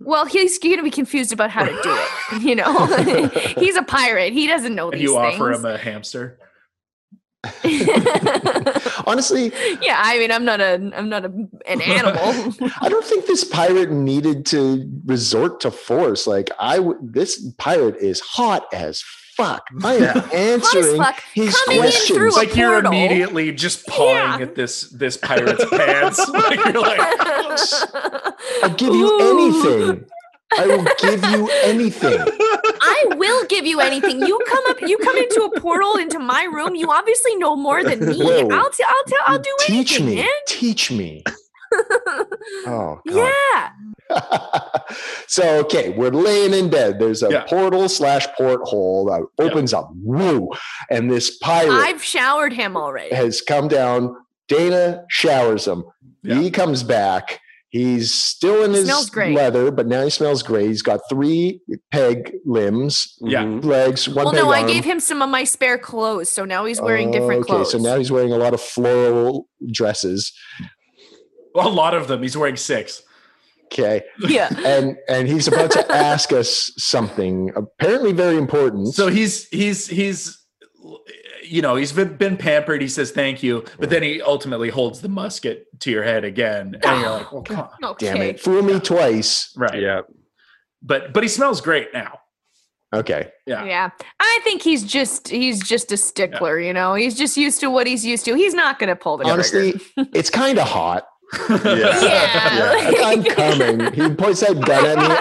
well, he's gonna be confused about how to do it. You know, he's a pirate. He doesn't know and these you things. offer him a hamster. honestly, yeah, I mean, I'm not a, I'm not a, an animal. I don't think this pirate needed to resort to force. Like I, w- this pirate is hot as fuck. I am Hot as answering fuck. his Coming in questions. through a like you're portal. immediately just pawing Yeah. at this this pirate's pants. Like, you're like, I'll give you Ooh. anything. I will give you anything. I will give you anything. You come up, you come into a portal into my room. You obviously know more than me. Whoa. I'll, t- I'll tell, I'll do Teach anything. me. man. Teach me. Oh God. Yeah. so okay, we're laying in bed. There's a Yeah. portal slash porthole that Yeah. opens up. Woo! And this pirate I've showered him already. has come down. Dana showers him. Yeah. He comes back. He's still in his Smells great. leather, but now he smells great. He's got three peg limbs, Yeah. Mhm. legs, one Well, peg no, I arm. gave him some of my spare clothes, so now he's wearing different Okay, clothes. so now he's wearing a lot of floral dresses. a lot of them. He's wearing six. Okay, yeah. and and he's about to ask us something apparently very important. So he's he's he's you know he's been, been pampered. He says thank you, but then he ultimately holds the musket to your head again, and you're like, well, come on. Okay. damn it, fool me twice. right? Yeah. But but he smells great now. Okay, Yeah. Yeah. I think he's just he's just a stickler, you know. He's just used to what he's used to. He's not gonna pull the honestly, it's kind of hot. trigger. Yeah. Like, I'm coming. He points that gun at me.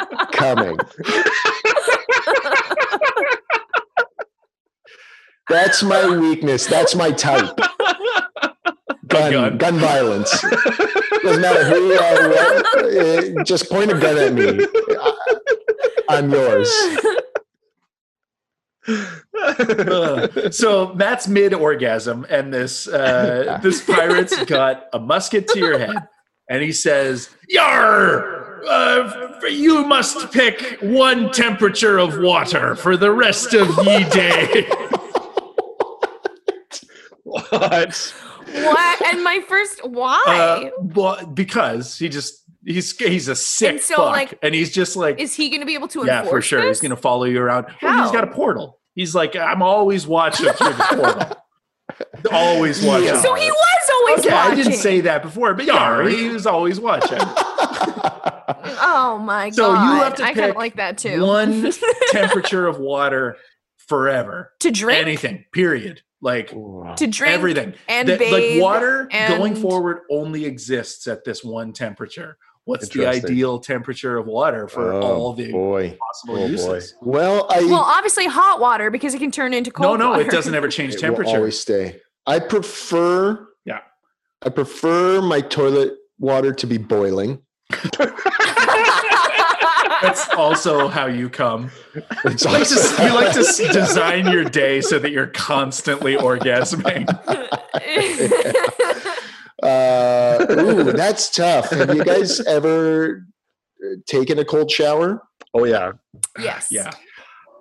I am coming. That's my weakness. That's my type. Gun, gun. gun, violence. Doesn't matter who you are. What, uh, just point a gun at me. I, I'm yours. Ugh. so that's mid orgasm, and this uh, this pirate's got a musket to your head, and he says, "Yar, uh, f- you must pick one temperature of water for the rest of ye day." What? what and my first Uh, why? well, because he just he's he's a sick And so, fuck, like, and he's just like Is he gonna be able to yeah, enforce for sure. He's This? gonna follow you around. Well, he's How? got a portal. He's like, I'm always watching through the portal. always watching. Yeah. So he was always okay, watching. I didn't say that before, but yeah, he was always watching. Oh my So you god. have to Oh I kind pick of like that too. One temperature of water forever. to drink, Anything, period. Like to drink, everything. and That- like bathe water going and- forward only exists at this one temperature. What's the Interesting. ideal temperature of water for Oh, all the boy. possible Oh, boy. uses? Well, I Well, obviously hot water because it can turn into No, cold. no, it water. doesn't ever change It will temperature. always stay. I prefer. Yeah. I prefer my toilet water to be boiling. That's also how you come. It's You like, to, also- you like to s- design your day so that you're constantly orgasming. Uh, ooh, that's tough. Have you guys ever uh, taken a cold shower? Oh yeah. yes. Yeah.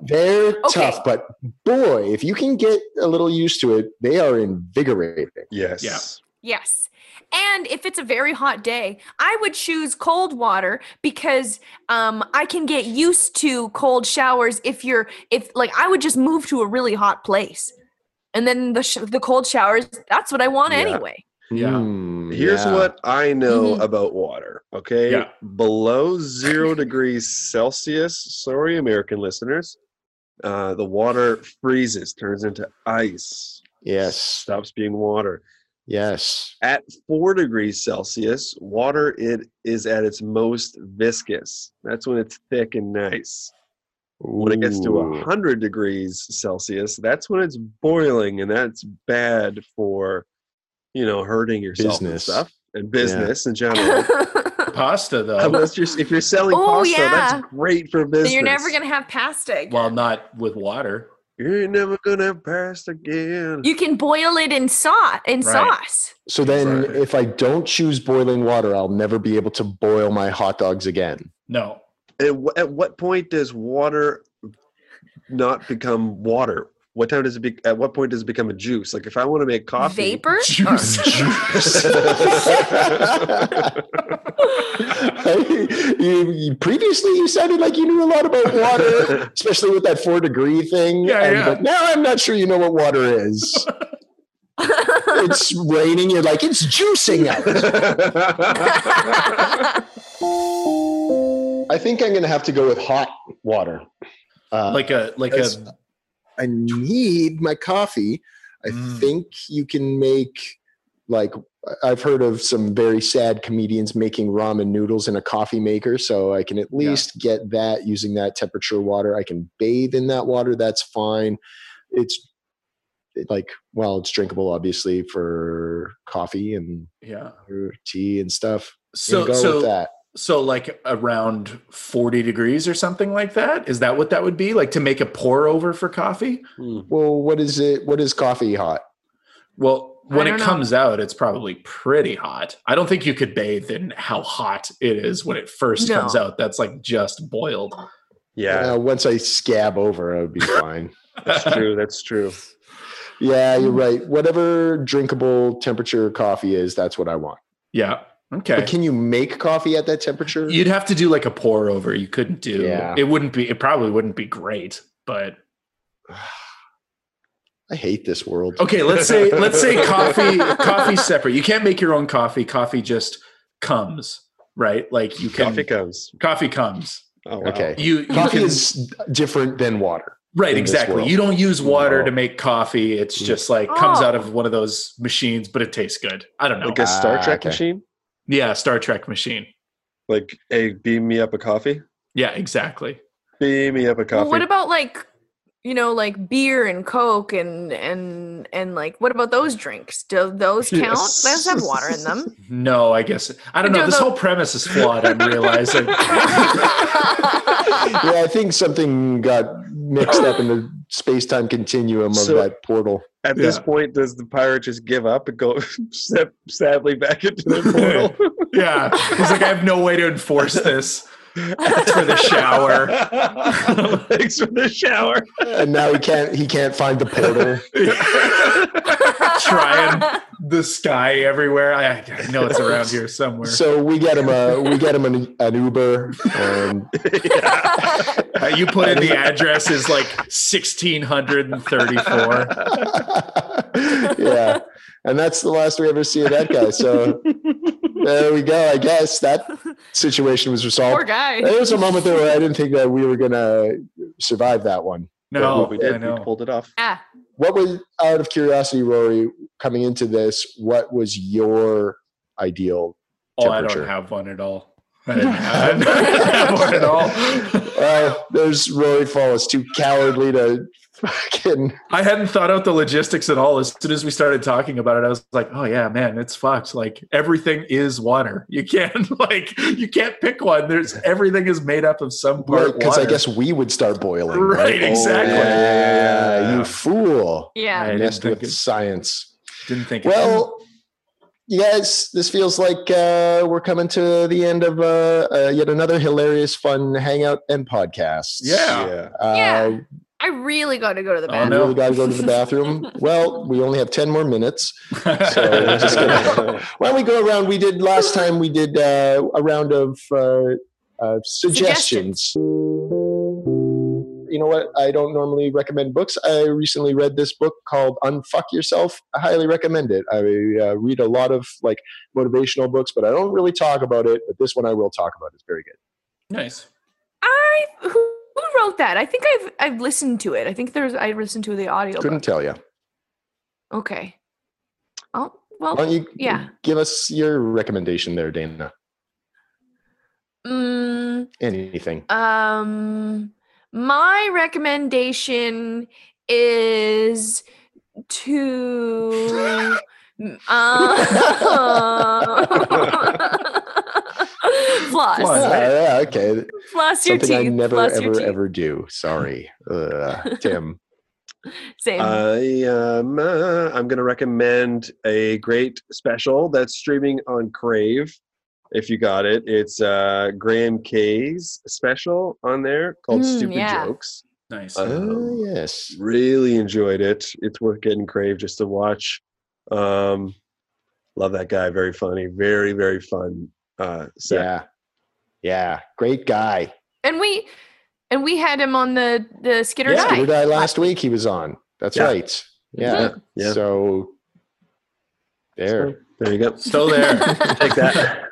They're Okay. tough, but boy, if you can get a little used to it, they are invigorating. Yes. Yeah. Yes. And if it's a very hot day, I would choose cold water because um, I can get used to cold showers. If you're, if like, I would just move to a really hot place, and then the sh- the cold showers. That's what I want Yeah. anyway. Yeah. Hmm, Here's yeah. what I know Mhm. about water. Okay. Yeah. Below zero degrees Celsius, sorry, American listeners, uh, the water freezes, turns into ice, Yes. stops being water. Yes. At four degrees Celsius, water it is at its most viscous. That's when it's thick and nice. When it gets to Ooh. 100 degrees Celsius, that's when it's boiling, and that's bad for, you know, hurting yourself Business. and stuff and business in general. Mm. Pasta, though, Unless you're if you're selling Oh, pasta, yeah. that's great for business. You're never gonna have pasta. again. well, not with water. You're never gonna have pasta again. you can boil it in sauce. In Right. sauce. So then, Exactly. if I don't choose boiling water, I'll never be able to boil my hot dogs again. No. at, wh- at what point does water not become water? What time does it be? At what point does it become a juice? Like if I want to make coffee, Vapor. Juice. Oh, I- you, you- previously, you sounded like you knew a lot about water, especially with that four degree thing. Yeah, yeah. But now I'm not sure you know what water is. it's raining. You're like, it's juicing out. I think I'm going to have to go with hot water. Uh, like a like That's- a I need my coffee. I Mm. think you can make like I've heard of some very sad comedians making ramen noodles in a coffee maker, so I can at least get that using that temperature water. I can bathe in that water. That's fine. It's it, like well, it's drinkable obviously for coffee and yeah. for tea and stuff. I'm gonna So so that. so like around 40 degrees or something like that. Is that what that would be? Like to make a pour over for coffee? Well, what is it? What is coffee hot? Well, when I it don't know. comes out, it's probably pretty hot. I don't think you could bathe in how hot it is when it first comes No. out. That's like just boiled. yeah, Uh, once I scab over, I would be fine. that's true. That's true. Yeah, you're right. Whatever drinkable temperature coffee is, that's what I want. yeah. Okay. But can you make coffee at that temperature? You'd have to do like a pour over. You couldn't do Yeah. it wouldn't be it probably wouldn't be great, but I hate this world. Okay, let's say let's say coffee coffee's separate. You can't make your own coffee. Coffee just comes, right? Like you can Coffee comes. coffee comes. Oh, wow. Okay. You, you Coffee can- is different than water. right, in this exactly. world. Mm. You don't use water No. to make coffee. It's just like comes Oh. out of one of those machines, but it tastes good. I don't know. Like a Star Ah, Trek okay. machine. Yeah, Star Trek machine. Like, hey, beam me up a coffee. Yeah, exactly. Beam me up a Well, coffee. what about like, you know, like beer and Coke and and and like, what about those drinks? Do those count? Yes. Those have water in them. No, I guess I don't But know. no, This the- whole premise is flawed. I'm realizing. yeah, I think something got mixed up in the space time continuum of So- that portal. At this Yeah. point, does the pirate just give up and go step sadly back into the portal? yeah, he's like, I have no way to enforce this. That's for the shower. Thanks for the shower. And now he can't he can't find the portal. trying the sky everywhere. I, I know it's around here somewhere. So we get him a we get him an, an Uber and Uh, you put in the address is like 1634. yeah. And that's the last we ever see of that guy. So there we go. I guess that situation was Poor resolved. guy. There was a moment there where I didn't think that we were going to survive that one. No, we I did. We know. pulled it off. Ah, What was out of curiosity, Rory, coming into this? What was your ideal? oh, I don't temperature. have one at all. I don't have, I don't have one at all. Well, there's Rory Falls, too cowardly to fucking. I hadn't thought out the logistics at all. As soon as we started talking about it, I was like, "Oh yeah, man, it's fucked. Like everything is water. You can't like you can't pick one. There's everything is made up of some part Because I water." guess Oh, we would start boiling. Right, Right, exactly. Yeah, yeah, yeah, Yeah. You fool. yeah. I didn't Messed think, with it, science. didn't think. it- Well, you guys, this feels like uh, we're coming to the end of uh, uh, yet another hilarious, fun hangout and podcast. Yeah. Uh, Yeah. I really got to go to the Oh, We bathroom. no. really got to go to the bathroom. well, we only have 10 more minutes. So we're just gonna, why don't we go around? We did last time, we did uh, a round of uh, uh, suggestions. You know what? I don't normally recommend books. I recently read this book called Unfuck Yourself. I highly recommend it. I uh, read a lot of like motivational books, but I don't really talk about it. But this one I will talk about. It's very good. nice. I who, who wrote that? I think I've I've listened to it. I think there's I listened to the audio. Couldn't tell you. Okay. Oh Why don't well. you Yeah. give us your recommendation there, Dana? Mm, Anything. Um, my recommendation is to. m- uh, floss. Floss. Yeah, yeah, Uh, okay. Floss your Something I teeth. never floss your ever teeth. ever do. Sorry, uh, Tim. Same. I um, uh, I'm going to recommend a great special that's streaming on Crave. If you got it, it's uh, Graham K's special on there called Mm, "Stupid yeah. Jokes." Nice. Oh Um, yes. Really enjoyed it. It's worth getting Crave just to watch. Um, love that guy. Very funny. Very very fun. Uh, set. Yeah. Yeah. Great guy. and we and we had him on the the Skitter Yeah. Die. Good guy last week. He was on. That's Yeah. right. Yeah. Yeah. So there. There you go. Still there. Take that.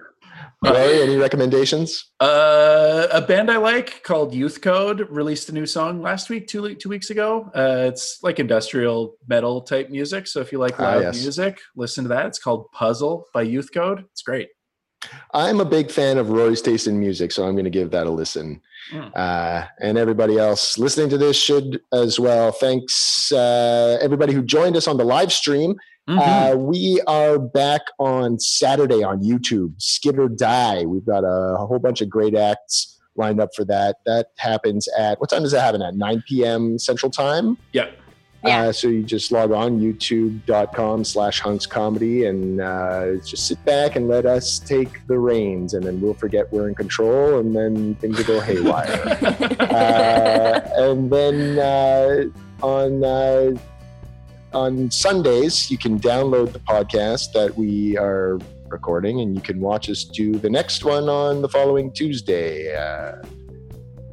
Roy, any recommendations? Uh, a band I like called Youth Code released a new song last week, two two weeks ago. Uh, it's like industrial metal type music. So if you like Ah, loud yes. music, listen to that. It's called Puzzle by Youth Code. It's great. I'm a big fan of Roy's taste in music, so I'm going to give that a listen. Mm. Uh, and everybody else listening to this should as well. Thanks, uh, everybody who joined us on the live stream. Uh, we are back on Saturday on YouTube, Skid or Die. We've got a, whole bunch of great acts lined up for that. That happens at what time does that happen at? 9 p.m. Central Time. yeah. Yeah. Uh, so you just log on youtube.com slash hunks comedy and uh, just sit back and let us take the reins and then we'll forget we're in control and then things will go haywire uh, and then uh, on uh, on Sundays, you can download the podcast that we are recording, and you can watch us do the next one on the following Tuesday. Uh,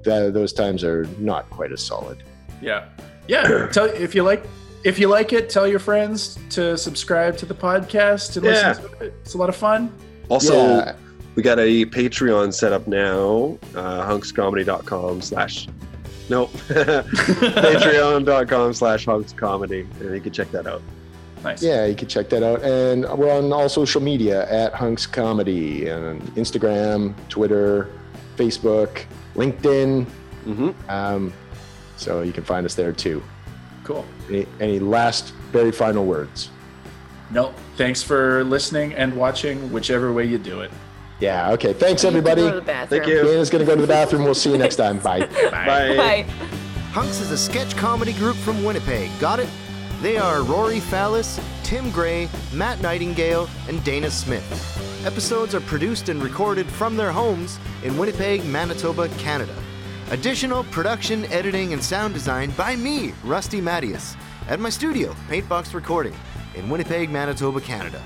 th- those times are not quite as solid. Yeah. Yeah. tell if you like if you like it, tell your friends to subscribe to the podcast and Yeah. listen to it. It's a lot of fun. Also, Yeah. we got a patreon set up now uh, hunkscomedy.com slash no patreon.com slash hunkscomedy and you can check that out Nice. Yeah, you can check that out. And we're on all social media at Hunks Comedy and Instagram, Twitter, Facebook, LinkedIn. mm-hmm. Um, so you can find us there too. Cool. Any, any last, very final words? No, thanks for listening and watching, whichever way you do it. Yeah. Okay. Thanks, You have to go everybody. to the thank bathroom. you Dana's going to go to the bathroom. We'll see you next time. Bye. Bye. Hunks is a sketch comedy group from Winnipeg. Got it? They are Rory Fallis, Tim Gray, Matt Nightingale, and Dana Smith. Episodes are produced and recorded from their homes in Winnipeg, Manitoba, Canada. Additional production, editing, and sound design by me, Rusty Mattias, at my studio, Paintbox Recording, in Winnipeg, Manitoba, Canada.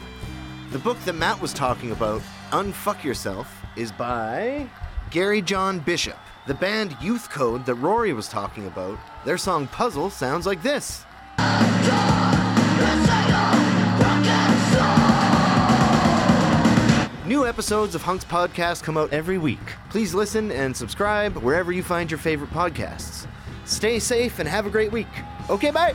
The book that Matt was talking about, Unfuck Yourself, is by Gary John Bishop. The band Youth Code that Rory was talking about, their song Puzzle sounds like this. New episodes of Hunks Podcast come out every week. Please listen and subscribe wherever you find your favorite podcasts. Stay safe and have a great week. Okay, bye.